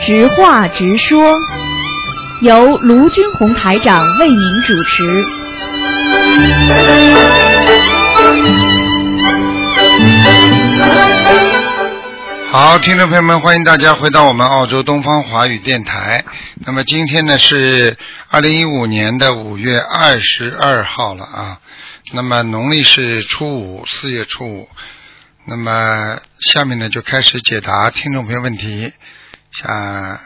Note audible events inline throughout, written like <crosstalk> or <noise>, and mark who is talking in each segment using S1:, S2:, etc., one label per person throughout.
S1: 直话直说，由卢军红台长为您主持。
S2: 好，听众朋友们，欢迎大家回到我们澳洲东方华语电台。那么今天呢是二零一五年的五月二十二号了啊，那么农历是初五，四月初五。那么下面呢就开始解答听众朋友问题。下，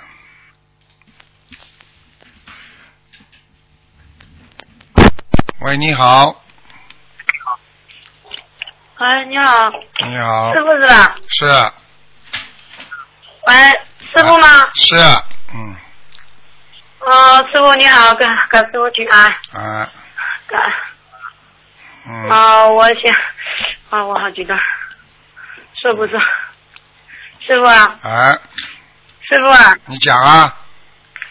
S2: 喂，你好，
S3: 喂，你好，
S2: 你好
S3: 师，傅是吧？
S2: 是啊
S3: 喂，师傅吗？
S2: 是，嗯
S3: 哦，师傅你好，跟跟师傅请安。
S2: 啊
S3: 跟
S2: 嗯，
S3: 啊、我想，啊、我好激动，说不住。师傅啊，
S2: 啊，
S3: 师傅啊，
S2: 你讲啊，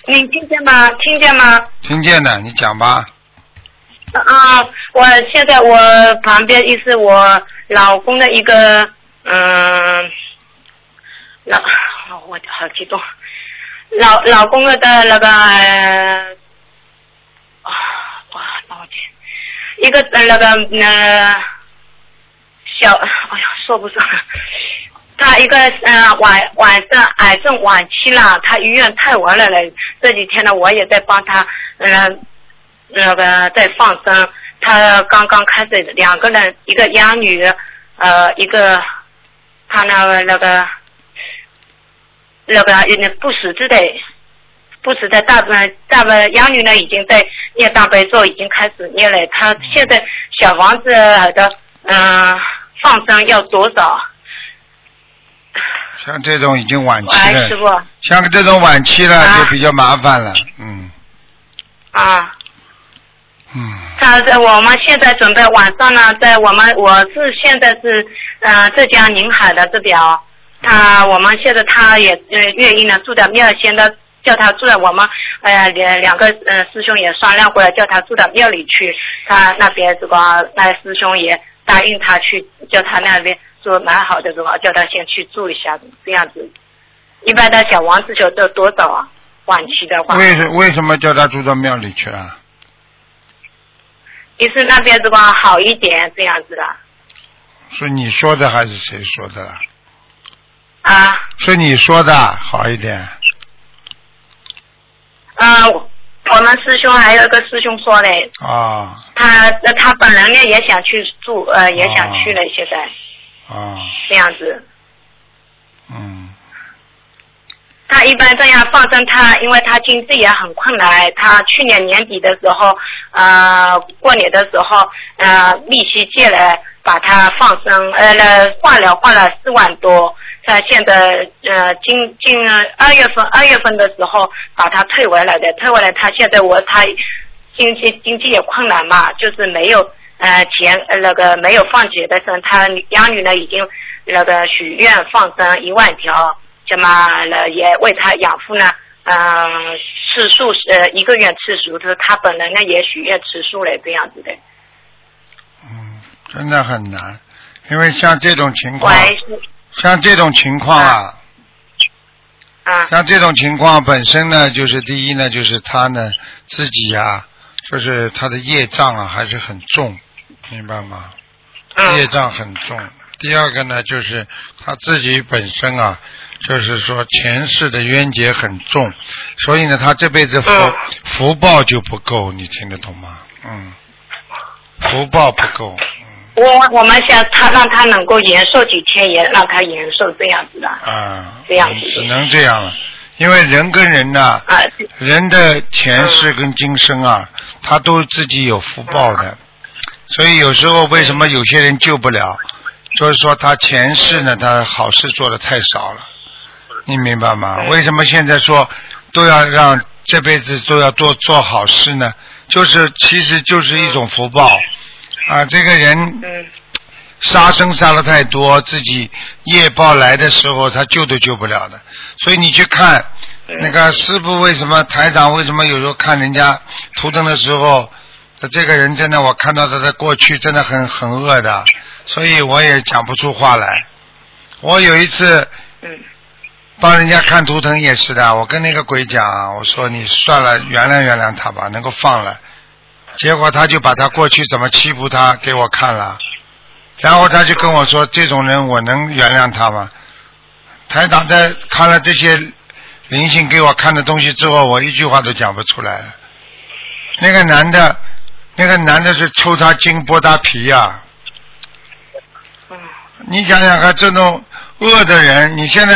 S3: 你听见吗？听见吗？
S2: 听见的，你讲吧，
S3: 啊、我现在我旁边一是我老公的一个，嗯，老，哦我好激动，老老公的那个，呃啊、哇，帮我听，一个呃那个呃，小，哎呀，说不上，他一个呃晚晚上癌症晚期了，他医院太晚了嘞，这几天呢，我也在帮他，嗯、那个在放生，他刚刚开始两个人，一个养女，呃，一个他那个那个那个有点不识字的，不识的大部分大部分养女呢已经在念大悲咒，已经开始念了。他现在小房子的嗯、放生要多少？
S2: 像这种已经晚期
S3: 喂，师
S2: 了，
S3: 傅
S2: 像这种晚期了
S3: 啊
S2: 就比较麻烦了，嗯
S3: 啊。
S2: 嗯，
S3: 他在我们现在准备晚上呢，在我们我是现在是呃浙江宁海的这边哦，他我们现在他也呃愿意呢住在庙里，现在叫他住在我们呃两两个呃师兄也商量过了，叫他住到庙里去，他那边这个那师兄也答应他去，叫他那边说蛮好的，这个叫他先去住一下这样子。一般的小王子球都多少啊？晚期的话，
S2: 为什为什么叫他住到庙里去啊了？
S3: 一是那边这个好一点这样子的
S2: 是你说的还是谁说的啦？
S3: 啊。
S2: 是你说的好一点，
S3: 嗯，我们师兄还有一个师兄说嘞，
S2: 啊
S3: 他他本人呢也想去住，呃，也想去了，现在、
S2: 啊，
S3: 这样子。
S2: 嗯
S3: 他一般这样放生他，因为他经济也很困难。他去年年底的时候，呃，过年的时候，呃，利息借来把他放生，呃，那换了换了四万多。他现在呃，今今二月份二月份的时候把他退回来的，退回来他现在我他经济经济也困难嘛，就是没有呃钱呃那个没有放血的生，他养女呢已经那个许愿放生一万条，这么呢也为他养父呢，嗯、吃素是呃一个月吃素，就是他本人呢也许愿吃素了这样子的。
S2: 嗯，真的很难，因为像这种情况，
S3: 喂，是
S2: 像这种情况啊，
S3: 啊
S2: 像这种情况本身呢，就是第一呢，就是他呢自己啊，就是他的业障啊还是很重，明白吗？业
S3: 嗯
S2: 障很重。第二个呢，就是他自己本身啊，就是说前世的冤结很重，所以呢，他这辈子福、
S3: 嗯
S2: 福报就不够，你听得懂吗？嗯，福报不够，嗯
S3: 我我们想他让他能够延寿几天，也让他延寿这样子的啊
S2: 啊，
S3: 这样
S2: 嗯
S3: 子
S2: 只能这样了，因为人跟人呐、人的前世跟今生啊，他都自己有福报的，所以有时候为什么有些人救不了，就是说他前世呢，他好事做的太少了，你明白吗？为什么现在说都要让这辈子都要做做好事呢？就是其实就是一种福报啊，这个人
S3: 嗯
S2: 杀生杀的太多，自己业报来的时候，他救都救不了的。所以你去看那个师傅为什么台长为什么有时候看人家图腾的时候，他这个人真的我看到他的过去真的很很恶的，所以我也讲不出话来。我有一次
S3: 嗯
S2: 帮人家看图腾也是的，我跟那个鬼讲，我说你算了，原谅原谅他吧，能够放了。结果他就把他过去怎么欺负他给我看了，然后他就跟我说，这种人我能原谅他吗？台长在看了这些灵性给我看的东西之后，我一句话都讲不出来了。那个男的，那个男的是抽他筋剥他皮呀、
S3: 嗯
S2: 你想想看，这种恶的人，你现在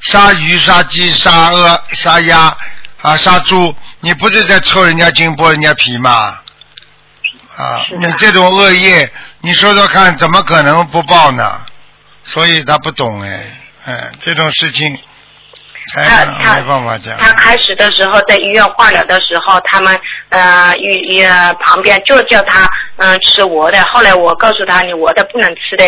S2: 杀鱼、杀鸡、杀鹅、杀鸭啊、杀猪，你不是在抽人家筋、剥人家皮吗？啊，你这种恶业，你说说看，怎么可能不报呢？所以他不懂哎，哎，这种事情，哎
S3: 他
S2: 呀，
S3: 他
S2: 没办法讲。
S3: 他开始的时候呃在医院化疗的时候，他们呃医医呃旁边就叫他嗯、呃吃我的，后来我告诉他你我的不能吃的，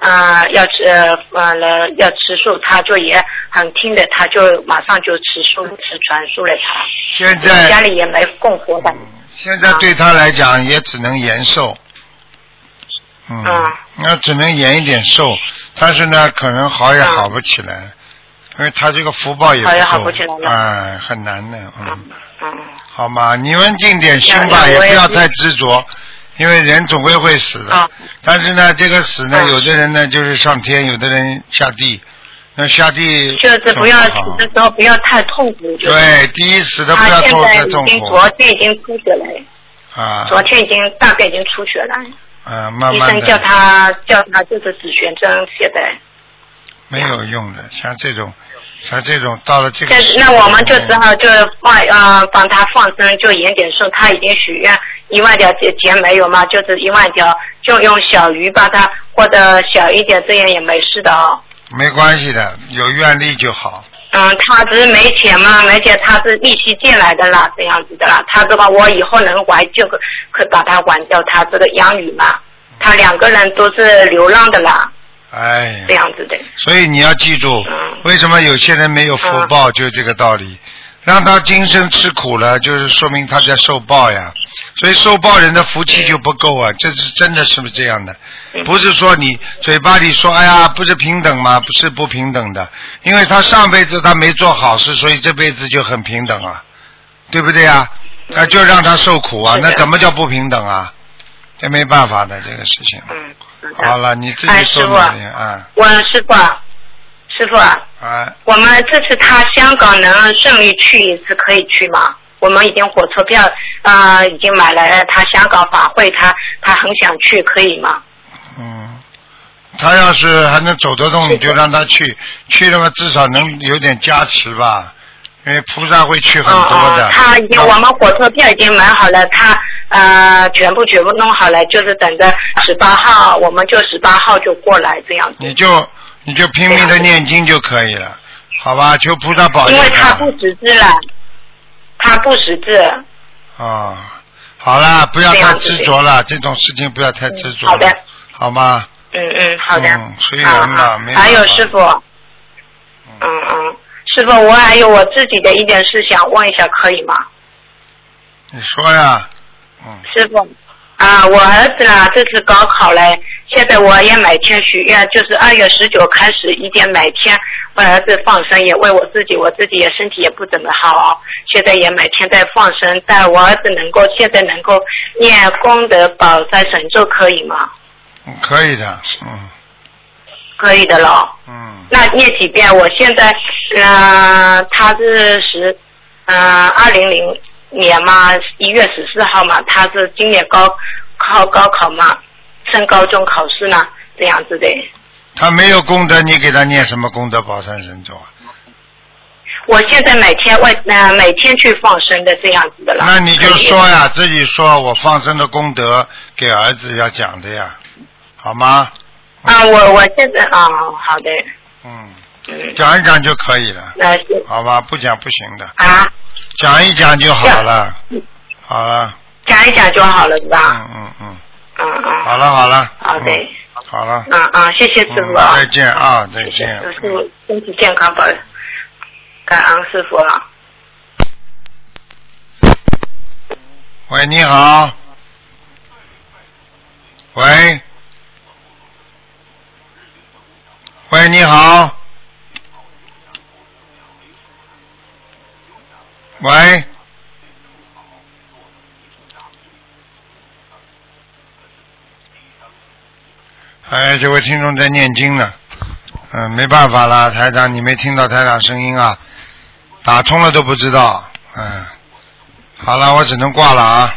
S3: 呃要吃呃呃要吃素，他就也很听的，他就马上就吃素吃全素了他，
S2: 现在
S3: 家里也没供佛的，
S2: 现在对他来讲也只能延寿，嗯，
S3: 啊
S2: 那只能延一点寿，但是呢，可能好也好不起来，因为他这个福报也
S3: 好
S2: 够，
S3: 也好不起来了
S2: 哎，很难的，嗯，
S3: 嗯
S2: 好吗？你们尽点心吧，
S3: 那那
S2: 也
S3: 我
S2: 不
S3: 也
S2: 要
S3: 是
S2: 太执着，因为人总归会死的。
S3: 啊
S2: 但是呢，这个死呢，
S3: 啊
S2: 有的人呢就是上天，有的人下地，那下地
S3: 就是不要
S2: 总
S3: 死
S2: 好
S3: 的时候不要太痛苦，就是
S2: 对，第一死的不
S3: 他
S2: 要
S3: 现
S2: 痛
S3: 在
S2: 太
S3: 已
S2: 痛
S3: 经
S2: 苦
S3: 昨天已经出血了，
S2: 啊，
S3: 昨天已经大概已经出血了，
S2: 啊，慢
S3: 医
S2: 慢
S3: 生
S2: 的。
S3: 叫他叫他就是紫癣症，现在。
S2: 没有用的，像这种，像这种到了这个
S3: 但
S2: 时
S3: 是哦
S2: 候，
S3: 那我们就只好就放呃帮他放生，就延点寿。他已经许愿一万条结结没有嘛，就是一万条，就用小鱼把它或者小一点，这样也没事的哦。
S2: 没关系的，有愿力就好。
S3: 嗯，他只是没钱嘛，没钱他是利息借来的啦，这样子的啦。他这个我以后能还就可可把它还掉，他这个养鱼嘛，他两个人都是流浪的啦，
S2: 哎
S3: 这
S2: 呀，
S3: 样子的。
S2: 所以你要记住
S3: 嗯，
S2: 为什么有些人没有福报，就这个道理。让他今生吃苦了，就是说明他在受报呀。所以受报人的福
S3: 嗯
S2: 气就不够啊，这是真的是不是这样的？不是说你嘴巴里说哎呀不是平等吗？不是不平等的，因为他上辈子他没做好事，所以这辈子就很平等啊，对不对啊？那就让他受苦啊，
S3: 嗯是的
S2: 那怎么叫不平等啊？这没办法的这个事情。
S3: 嗯，是的
S2: 好了，你自己
S3: 哎
S2: 做
S3: 师傅
S2: 努力啊
S3: 我师傅啊，师傅啊。
S2: 啊！
S3: 我们这次他香港能顺利去一次，可以去吗？我们已经火车票，呃，已经买了。他香港法会，他他很想去，可以吗？
S2: 嗯，他要是还能走得动，你就让他去，去了嘛，至少能有点加持吧，因为菩萨会去很多
S3: 嗯嗯
S2: 的。
S3: 他已经，我们火车票已经买好了，他呃全部全部弄好了，就是等着十八号，我们就十八号就过来这样子。
S2: 你就你就拼命的念经就可以了，好吧？求菩萨保佑
S3: 因为他不识字了，他不识字。
S2: 啊、好啦，不要太
S3: 这样子
S2: 执着了，这种事情不要太执着了，
S3: 嗯好的
S2: 好吗？
S3: 嗯嗯，好的。
S2: 嗯随缘
S3: 好
S2: 吧
S3: 好
S2: 没
S3: 还有
S2: 办法
S3: 师傅，嗯嗯，师傅，我还有我自己的一点事想问一下，可以吗？
S2: 你说呀，嗯，
S3: 师傅，啊，我儿子呢，这次高考嘞，现在我也每天许愿，就是二月十九开始一点每天为儿子放生，也为我自己，我自己也身体也不怎么好、哦，现在也每天在放生，但我儿子能够现在能够念功德宝山神咒，可以吗？
S2: 可以的，嗯
S3: 可以的喽。
S2: 嗯。
S3: 那念几遍？我现在，呃，他是十，呃，二零零年嘛，一月十四号嘛，他是今年高考高考嘛，升高中考试呢，这样子的。
S2: 他没有功德，你给他念什么功德宝山神咒啊？
S3: 我现在每天为呃每天去放生的这样子的了。
S2: 那你就
S3: 可以
S2: 说呀，自己说我放生的功德给儿子要讲的呀，好吗？
S3: 啊，我我现在啊、好的，
S2: 嗯，
S3: 嗯，
S2: 讲一讲就可以了，
S3: 那是
S2: 好吧？不讲不行的，
S3: 啊，
S2: 讲一讲就好了，好了，
S3: 讲一讲就好了，是吧？
S2: 嗯嗯嗯，
S3: 嗯嗯，
S2: 好了好了，
S3: 好的，
S2: 嗯好了，
S3: 嗯嗯，谢谢师傅
S2: 嗯
S3: 啊。
S2: 再见啊，再
S3: 谢谢
S2: 见。
S3: 师傅身体健康，保佑，感恩师傅了。
S2: 喂，你好。喂，喂，你好。喂，哎，这位听众在念经呢，嗯，没办法啦，台长，你没听到台长声音啊？打通了都不知道，嗯，好了，我只能挂了啊。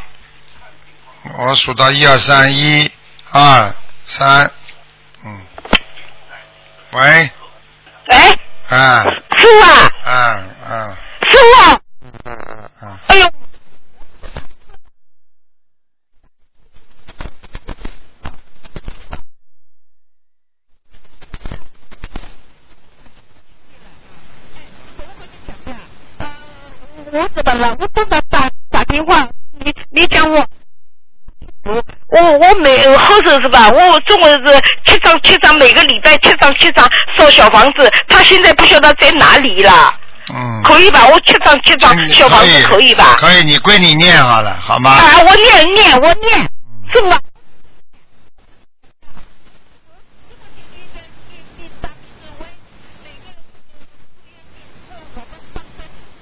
S2: 我数到一二三，一二三，嗯，喂，
S4: 喂，
S2: 啊，
S4: 师傅啊，
S2: 啊啊，
S4: 师傅，
S2: 嗯
S4: 哎呦，我怎么了？我怎么打打电话？你你讲我，我我我每后头是吧？我中国是七张七张，每个礼拜七张七张烧小房子，他现在不晓得在哪里了，
S2: 嗯，
S4: 可以吧？我七张七张
S2: 嗯
S4: 小房子可以吧？
S2: 可以，你归你念好了，好吗？
S4: 啊，我念念我念，是吧？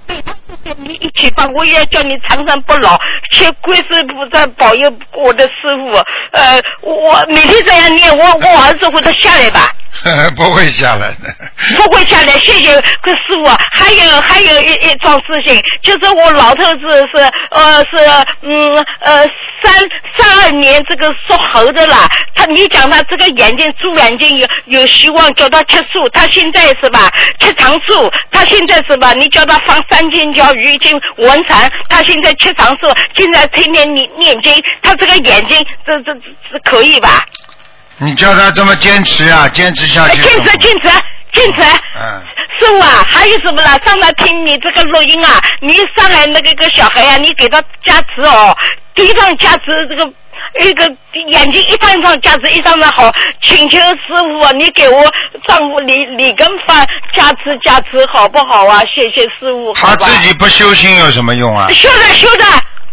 S4: 对，他就跟你一起放，我也要叫你长生不老，求观世菩萨保佑我的师傅。呃，我我每天这样念，我我儿子会得下来吧？
S2: <laughs> 不会下来的。
S4: 不会下来，谢谢个师傅。还有还有一一桩事情，就是我老头子是呃是嗯呃三三二年这个属猴的啦，他你讲他这个眼睛猪眼睛有有希望叫他吃素，他现在是吧吃长素，他现在是吧你叫他放三千条鱼经文禅，他现在吃长素，现在天天念念经，他这个眼睛这这这这可以吧？
S2: 你叫他这么坚持啊，坚持下
S4: 哎
S2: 去。
S4: 进城进城进城。
S2: 嗯，
S4: 师傅啊，还有什么啦？上来听你这个录音啊，你上来那个个小孩啊，你给他加持哦，第一张加持这个。一个眼睛一张一张加持，一张张好，请求师傅啊，你给我丈夫李李根发加持加持，好不好啊？谢谢师傅，好
S2: 他
S4: 吧
S2: 自己不修心有什么用啊？
S4: 修的修的，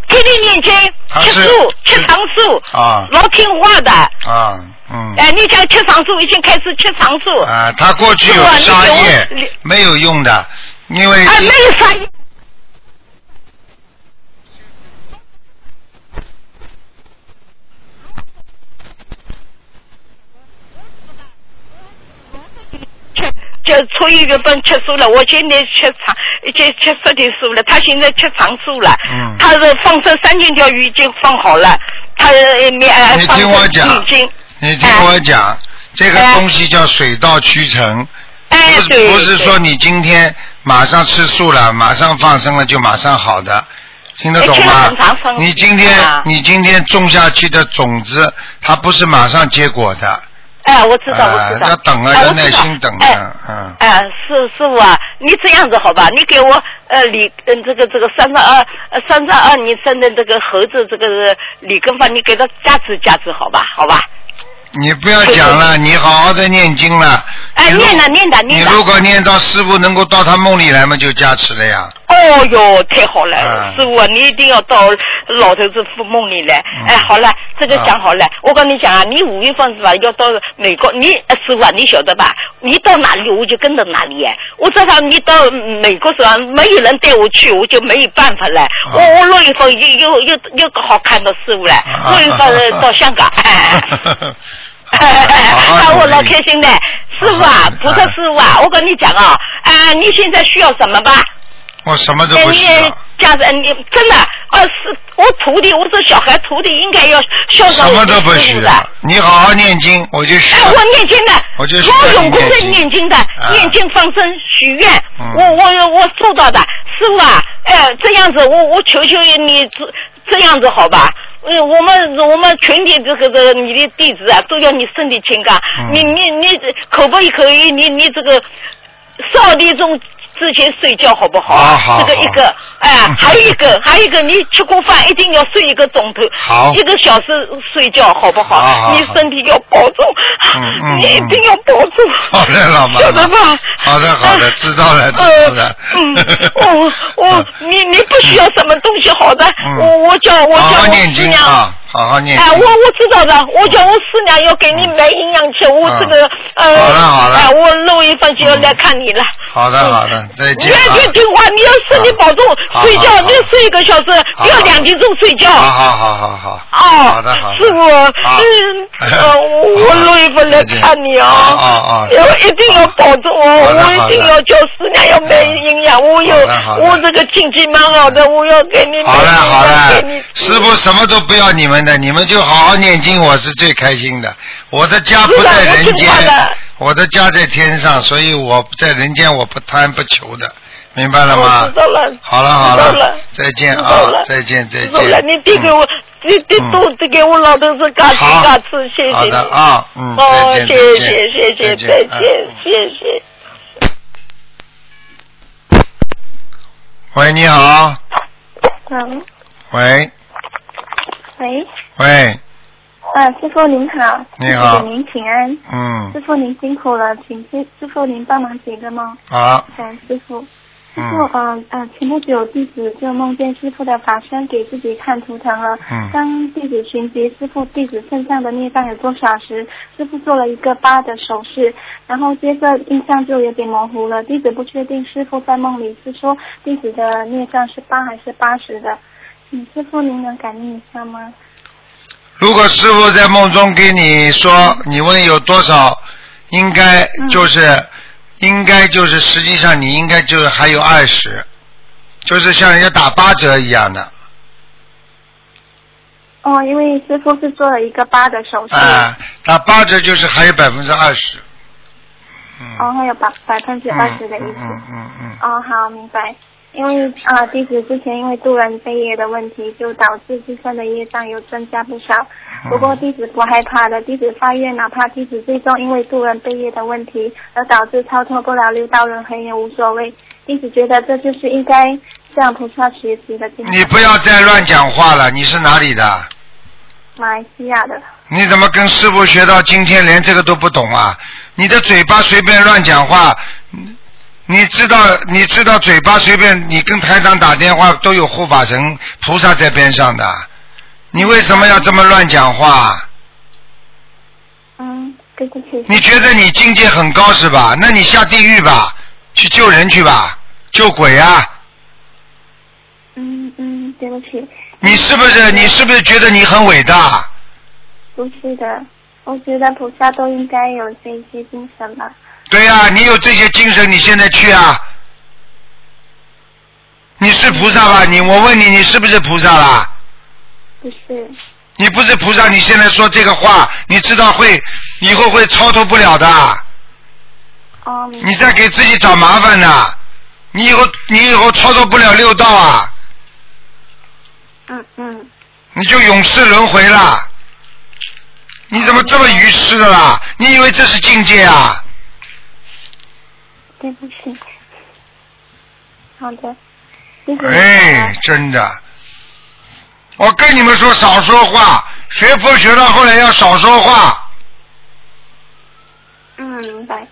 S4: 天天念经，
S2: 他
S4: 吃
S2: 是
S4: 素，
S2: 是
S4: 吃长素，
S2: 啊
S4: 老听话的。
S2: 啊，嗯。
S4: 哎，你讲吃长素已经开始吃长素，啊，
S2: 啊，他过去有杀
S4: 是吧你给我啊
S2: 业，没有用的，因为
S4: 没有啥。吃就初一月份吃素了，我今年吃长，已经吃十天素了，他现在吃长素了，
S2: 嗯
S4: 他是放生三千条鱼已经放好了，他呃没呃
S2: 你
S4: 放
S2: 听我
S4: 生
S2: 讲
S4: 已经，
S2: 你听我讲，这个东西叫水到渠成，
S4: 哎
S2: 不是
S4: 对，
S2: 不是
S4: 对
S2: 说你今天马上吃素了，马上放生了就马上好的，听得
S4: 哎
S2: 懂
S4: 听了
S2: 吗
S4: 很长？生
S2: 你今天
S4: 啊
S2: 你今天种下去的种子，它不是马上结果的，
S4: 哎，我知道，
S2: 啊
S4: 我知道，
S2: 要等啊
S4: 哎
S2: 要
S4: 我知道
S2: 耐心等啊
S4: 哎，
S2: 嗯
S4: 哎，师师傅啊，你这样子好吧？你给我呃李嗯这个这个三十二呃三十二年生的这个猴子这个李根发，你给他加持加持好吧？好吧？
S2: 你不要讲了，你好好的念经了。
S4: 哎，
S2: 你如
S4: 念了念了
S2: 你
S4: 念了，
S2: 如果念到师傅能够到他梦里来嘛，就加持了呀。
S4: 哦哟，太好了，
S2: 嗯
S4: 师傅啊，你一定要到老头子父梦里来。
S2: 嗯
S4: 哎，好了，这个
S2: 啊
S4: 讲好了。我跟你讲啊，你五月份是吧，要到美国，你呃师傅啊，你晓得吧？你到哪里我就跟着哪里哎。我知道你到美国是吧，没有人带我去，我就没有办法了。
S2: 嗯
S4: 我我六月份又又又又好看到师傅了，
S2: 嗯
S4: 六月份呃到香
S2: <laughs>
S4: 港。 <laughs> 哎
S2: 好好努力嗯
S4: 我老开心的，师傅啊，菩萨师傅啊，我跟你讲啊，啊，你现在需要什么吧？
S2: 我什么都
S4: 哎，
S2: 不
S4: 你
S2: 需要，
S4: 家人，你嗯真的，呃，是我徒弟，我这小孩徒弟应该要孝顺
S2: 什
S4: 我
S2: 么
S4: 的
S2: 都不
S4: 师
S2: 需
S4: 傅的。
S2: 要。你好好念经，我就需
S4: 哎，
S2: 要。
S4: 我念经的，
S2: 我哦就是
S4: 老
S2: 要你
S4: 永公在
S2: 念经
S4: 念经的，
S2: 啊
S4: 念经放生许愿，
S2: 嗯
S4: 我我我做到的，师傅啊，哎，这样子我我求求你这这样子好吧？呃，我们我们全体这个这个你的弟子啊，都要你身体健康，
S2: 嗯
S4: 你你你可不可以你你这个少地中。之前睡觉好不好啊？
S2: 好好
S4: 这个一
S2: 好
S4: 个，哎，
S2: <laughs>
S4: 还有一个，还有一个，你吃过饭一定要睡一个钟头，
S2: 好
S4: 一个小时睡觉好不好？
S2: 好啊好
S4: 你
S2: 好
S4: 身体要保重，
S2: 嗯嗯
S4: 你一定要保重。
S2: 好
S4: <laughs>
S2: 的，老妈
S4: 晓
S2: 妈
S4: 得吧。？
S2: 好的，好的，
S4: 啊
S2: 知道了，知道
S4: 呃
S2: 了，。啊
S4: 嗯，
S2: <laughs>
S4: 我我你你不需要什么东西，好的
S2: 嗯，
S4: 我我叫我
S2: 好好
S4: 叫我
S2: 念
S4: 师
S2: 经
S4: 娘
S2: 啊，好好念。嗯
S4: 哎，我我知道的，我叫我师娘要给你买营养去，我这个呃，
S2: 好了好了
S4: 哎，我六月份就要来看你了。
S2: 好的好的，再
S4: 你
S2: 见
S4: 要
S2: 啊！嗯
S4: 去听话，你要身体保重，
S2: 好
S4: 睡
S2: 好
S4: 觉
S2: 好
S4: 你睡一个小时，
S2: 好
S4: 不要两点钟睡觉。
S2: 好好好好好。
S4: 哦，
S2: 好的好的。
S4: 师傅，
S2: <laughs> 好
S4: 嗯，呃，我我六月份来看你
S2: 啊
S4: 哦，
S2: 啊啊！
S4: 我一定要保重哦，
S2: 好的好的
S4: 我一定要叫师娘要买营养，我有
S2: 好的好的
S4: 我这个经济蛮好的，我要给你买
S2: 好了
S4: 营
S2: 好
S4: 养，给
S2: 了
S4: 你，
S2: 师傅什么都不要你们的，你们就好好念经，我是最开心的。我的家不在人
S4: 是
S2: 间
S4: 的我听话的，
S2: 我的家在天上，所以我在人间我不贪不求的，明白了
S4: 我
S2: 吗
S4: 哦知？道了，
S2: 好了好
S4: 知道了
S2: 再见
S4: 知道
S2: 啊
S4: 了，
S2: 再见再
S4: 知道了，
S2: 见。
S4: 你递给我，你递
S2: 嗯
S4: 多递给我老头子嘎吱
S2: 好
S4: 嘎吱，谢谢
S2: 好
S4: 你
S2: 的。啊，嗯，
S4: 哦，
S2: 再
S4: 谢
S2: 见再
S4: 谢
S2: 见，
S4: 谢谢，
S2: 见
S4: 再
S2: 嗯
S4: 见，谢谢。
S2: 喂，你好，
S5: 嗯，
S2: 喂
S5: 喂，
S2: 喂，
S5: 啊，师傅您好，
S2: 你好
S5: 师傅给您请安，
S2: 嗯
S5: 师，傅您辛苦了，请师师傅您帮忙解个梦，
S2: 好，
S5: 感恩师傅。师傅，
S2: 嗯
S5: 嗯、呃、呃，前不久弟子就梦见师傅的法身给自己看图腾了。
S2: 嗯
S5: 当弟子寻及师傅弟子身上的孽障有多少时，师傅做了一个八的手势，然后接着印象就有点模糊了。弟子不确定师傅在梦里是说弟子的孽障是八还是八十的。请师傅您能感应一下吗？
S2: 如果师傅在梦中给你说，你问有多少，应该就是，应该就是，实际上你应该就是还有二十，就是像人家打八折一样的
S5: 哦，因为师傅是做了一个八的手势，
S2: 啊，打八折就是还有百分之二十。嗯，
S5: 哦，还有百百分之二十的意
S2: 嗯
S5: 思。
S2: 嗯嗯嗯
S5: 哦，好，明白。因为啊，弟子之前因为渡人飞业的问题，就导致自身的业障有增加不少。
S2: 嗯
S5: 不过弟子不害怕的，弟子发愿，哪怕弟子最终因为渡人飞业的问题而导致超脱不了六道轮回也无所谓。弟子觉得这就是应该向菩萨学习的精
S2: 你
S5: 神。
S2: 不要再乱讲话了，你是哪里的？
S5: 马来西亚的，
S2: 你怎么跟师傅学到今天连这个都不懂啊？你的嘴巴随便乱讲话，嗯你知道你知道嘴巴随便，你跟台长打电话都有护法神菩萨在边上的，你为什么要这么乱讲话？
S5: 嗯，对不起。
S2: 你觉得你境界很高是吧？那你下地狱吧，去救人去吧，救鬼啊！
S5: 嗯嗯，对不起。
S2: 你是不是你是不是觉得你很伟大？
S5: 不是的，我觉得菩萨都应该有这一些精神吧。
S2: 对呀、你有这些精神，你现在去啊？你是菩萨吧？你我问你，你是不是菩萨啦？
S5: 不是，
S2: 你不是菩萨，你现在说这个话，你知道会以后会超脱不了的，
S5: 哦，明白
S2: 你在给自己找麻烦呢。你以后你以后超脱不了六道啊，哎
S5: 嗯嗯，
S2: 你就永世轮回啦。你怎么这么愚痴的啦？你以为这是境界啊？
S5: 对不起。好的，谢谢你
S2: 哎，真的，我跟你们说少说话，学佛学到后来要少说话。
S5: 嗯，明白。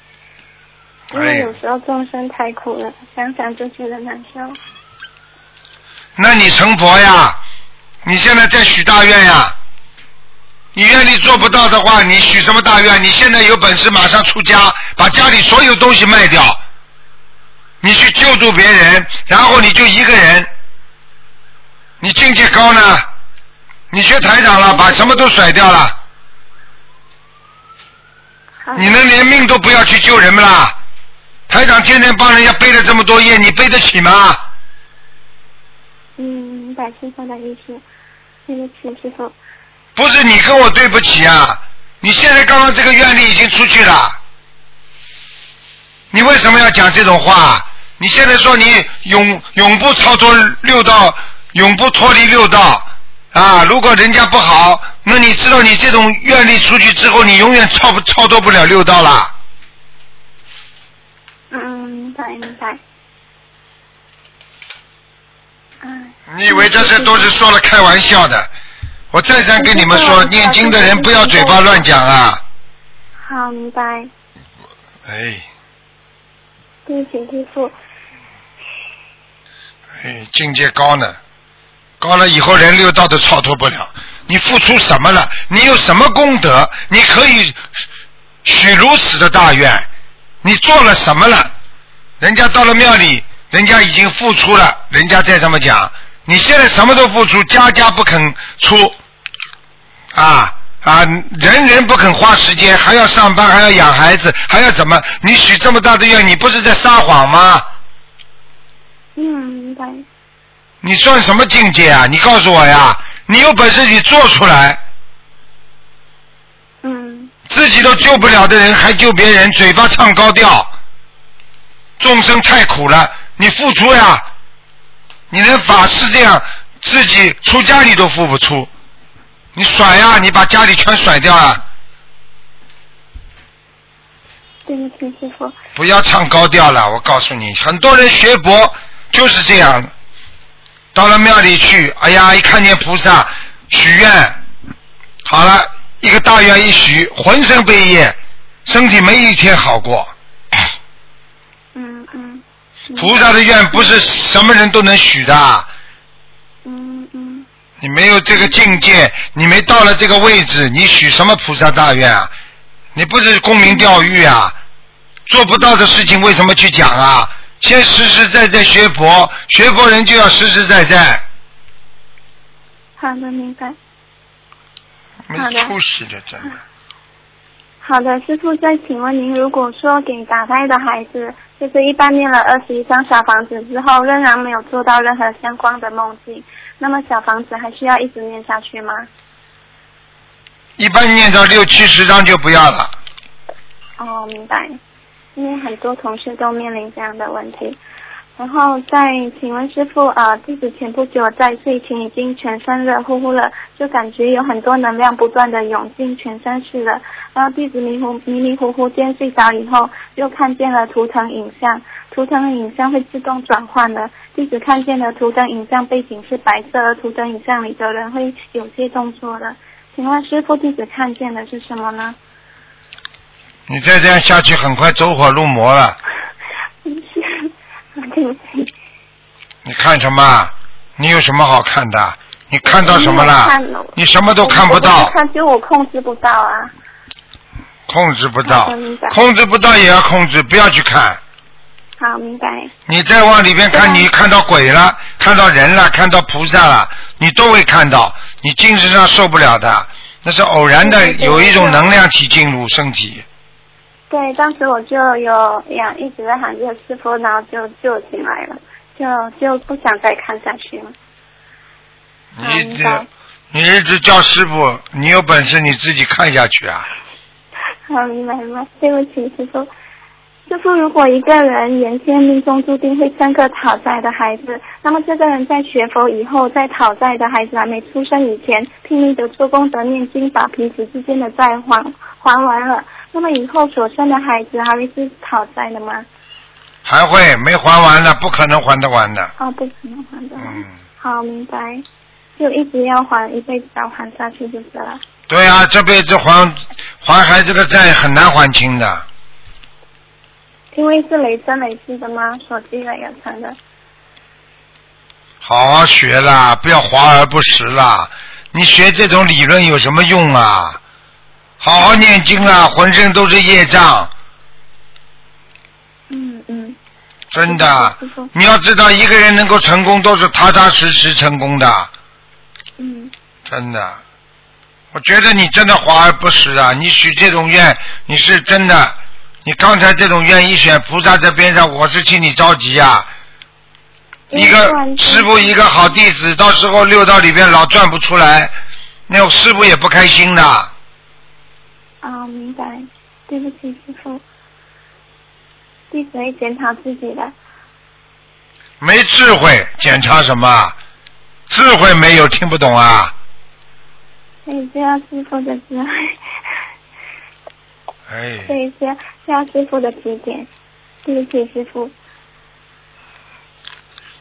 S5: 因为
S2: 哎，
S5: 有时候众生太苦了，想想就觉得难受。
S2: 那你成佛呀？你现在在许大愿呀？你愿力做不到的话，你许什么大愿？你现在有本事马上出家，把家里所有东西卖掉，你去救助别人，然后你就一个人，你境界高呢？你学台长了，把什么都甩掉了。
S5: 好，
S2: 你能连命都不要去救人们啦？台长天天帮人家背了这么多业，你背得起吗？
S5: 嗯，明白师傅的意思。对不起，师傅。
S2: 不是你跟我对不起啊！你现在刚刚这个愿力已经出去了，你为什么要讲这种话？你现在说你永永不超脱六道，永不脱离六道啊！如果人家不好，那你知道你这种愿力出去之后，你永远超不超脱不了六道啦。
S5: 嗯嗯，明白明白。啊，
S2: 你以为这些都是说了开玩笑的？ <laughs> 我再三跟你们说，念经的人不要嘴巴乱讲啊！
S5: 好，明白。
S2: 哎
S5: 对不起，师傅。
S2: 哎，境界高呢，高了以后连六道都超脱不了。你付出什么了？你有什么功德？你可以许如此的大愿，你做了什么了？人家到了庙里，人家已经付出了，人家再这么讲，你现在什么都付出，家家不肯出，啊啊，人人不肯花时间，还要上班，还要养孩子，还要怎么？你许这么大的愿，你不是在撒谎吗？
S5: 嗯，明白。
S2: 你算什么境界啊？你告诉我呀！你有本事你做出来，
S5: 嗯
S2: 自己都救不了的人还救别人，嘴巴唱高调，众生太苦了，你付出呀！你连法师这样自己出家你都付不出，你甩呀！你把家里全甩掉啊！
S5: 对不起，师傅。
S2: 不要唱高调了，我告诉你，很多人学佛就是这样，到了庙里去，哎呀，一看见菩萨许愿，好了，一个大愿一许，浑身被业，身体没一天好过。 <coughs>
S5: 嗯嗯
S2: 菩萨的愿不是什么人都能许的，
S5: 嗯嗯
S2: 你没有这个境界，你没到了这个位置，你许什么菩萨大愿啊？你不是沽名钓誉啊？做不到的事情为什么去讲啊？先实实在在学佛，学佛人就要实实在在。
S5: 好的，明白。
S2: 没
S5: 好的
S2: 出息的，真的。
S5: 好的，师傅，再请问您，如果说给打胎的孩子，就是一般念了二十一张小房子之后，仍然没有做到任何相关的梦境，那么小房子还需要一直念下去吗？
S2: 一般念到六七十章就不要了。
S5: 哦，明白。因为很多同事都面临这样的问题。然后再请问师傅，呃，弟子前不久在睡前已经全身热乎乎了，就感觉有很多能量不断的涌进全身去了。然后弟子迷糊迷迷糊糊间睡着以后，又看见了图腾影像，图腾影像会自动转换的。弟子看见了图腾影像背景是白色，而图腾影像里的人会有些动作的。请问师傅，弟子看见的是什么呢？
S2: 你再这样下去，很快走火入魔了。
S5: 对不起，
S2: 你看什么？你有什么好看的？你看到什么
S5: 我没有
S2: 了
S5: 看到？
S2: 你什么都看不
S5: 我
S2: 到
S5: 不，看就我控制不到啊。
S2: 控制不到
S5: 我明白，
S2: 控制不到也要控制，不要去看。
S5: 好，明白。
S2: 你再往里边看，
S5: 对啊
S2: 你看到鬼了，看到人了，看到菩萨了，你都会看到，你精神上受不了的，那是偶然的
S5: 对对对
S2: 有一种
S5: 对啊
S2: 能量体进入身体。
S5: 对，当时我就有呀，一直在喊这个师傅，然后就就醒来了，就就不想再看下去了。
S2: 你
S5: 好
S2: 一
S5: 啊明
S2: 直
S5: 白，
S2: 你一直叫师傅，你有本事你自己看下去啊！
S5: <laughs> 好，啊明白明白。对不起，师傅。师傅，如果一个人原先命中注定会生个讨债的孩子，那么这个人在学佛以后，在讨债的孩子还没出生以前，拼命的做功德念经，把彼此之间的债还还完了，那么以后所生的孩子还会是讨债的吗？
S2: 还会没还完的，不可能还得完的。
S5: 哦，不可能还的。
S2: 嗯，
S5: 好，明白。就一直要还，一辈子要还下去就是了。
S2: 对啊，这辈子还还孩子的债很难还清的。
S5: 因为是累生累世的吗？所积累而成的。
S2: 好好学啦，不要华而不实啦。你学这种理论有什么用啊？好好念经啦，浑身都是业障，
S5: 嗯嗯。
S2: 真的
S5: 师父。
S2: 你要知道，一个人能够成功，都是踏踏实实成功的，
S5: 嗯
S2: 真的。我觉得你真的华而不实啊！你许这种愿，你是真的。你刚才这种愿一选，菩萨在边上，我是替你着急呀、啊。一个师傅一个好弟子，到时候六道里边老转不出来，那师傅也不开心的。
S5: 啊、明白，对不起，师傅，弟子会检讨自己的。
S2: 没智慧，检查什么？智慧没有，听不懂啊？
S5: 所以需要师傅的智慧，所
S2: 哎，
S5: 以需要需要师傅的指点。对不起，师傅。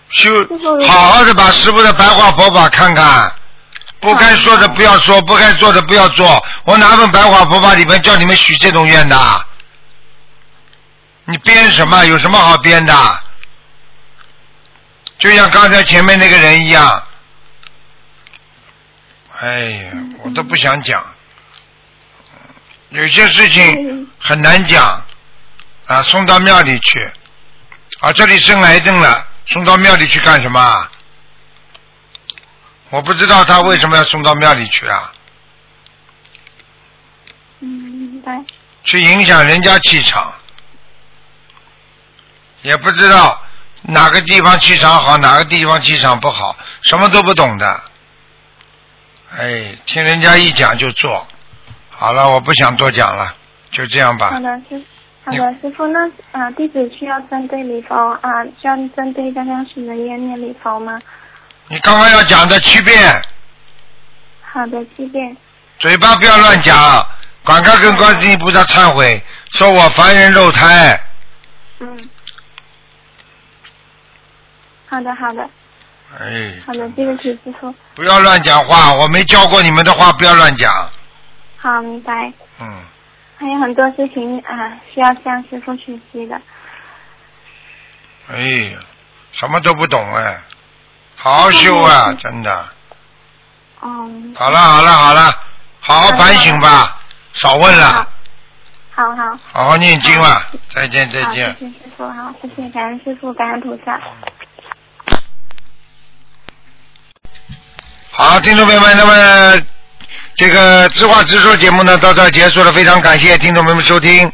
S2: 修
S5: 师父
S2: 好好的把师傅的白话佛法看看，不该说的不要说，不该做的不要做。我哪本白话佛法里面叫你们许这种愿的？你编什么？有什么好编的？就像刚才前面那个人一样，哎呀，我都不想讲，有些事情很难讲啊，送到庙里去啊，这里生癌症了，送到庙里去干什么啊？我不知道他为什么要送到庙里去啊，
S5: 嗯，明白。
S2: 去影响人家气场，也不知道哪个地方气场好，哪个地方气场不好，什么都不懂的。哎，听人家一讲就做，好了，我不想多讲了，就这样吧
S5: 好。的，师，好的，师傅，那啊，弟子需要针对礼佛啊，需要针对刚刚许的愿念礼佛吗？
S2: 你刚刚要讲的七遍，
S5: 好的，七遍。
S2: 嘴巴不要乱讲，赶快跟观世音菩萨忏悔，说我凡人肉胎，
S5: 嗯。好的，好的，
S2: 哎，
S5: 好的，对不起，师傅。
S2: 不要乱讲话，我没教过你们的话不要乱讲，
S5: 好，明白。
S2: 嗯，
S5: 还有很多事情啊，需要向师傅学习的。
S2: 哎呀，什么都不懂哎，好好修啊，真的。
S5: 嗯，
S2: 好了好了好了，好好反省吧，少问了，
S5: 好好。
S2: 好好念经吧，再见再
S5: 好，
S2: 见。
S5: 谢谢师傅，好，谢谢感恩师傅，感恩菩萨。
S2: 好，听众朋友们，那么这个知话直说节目呢到这儿结束了，非常感谢听众朋友们收听。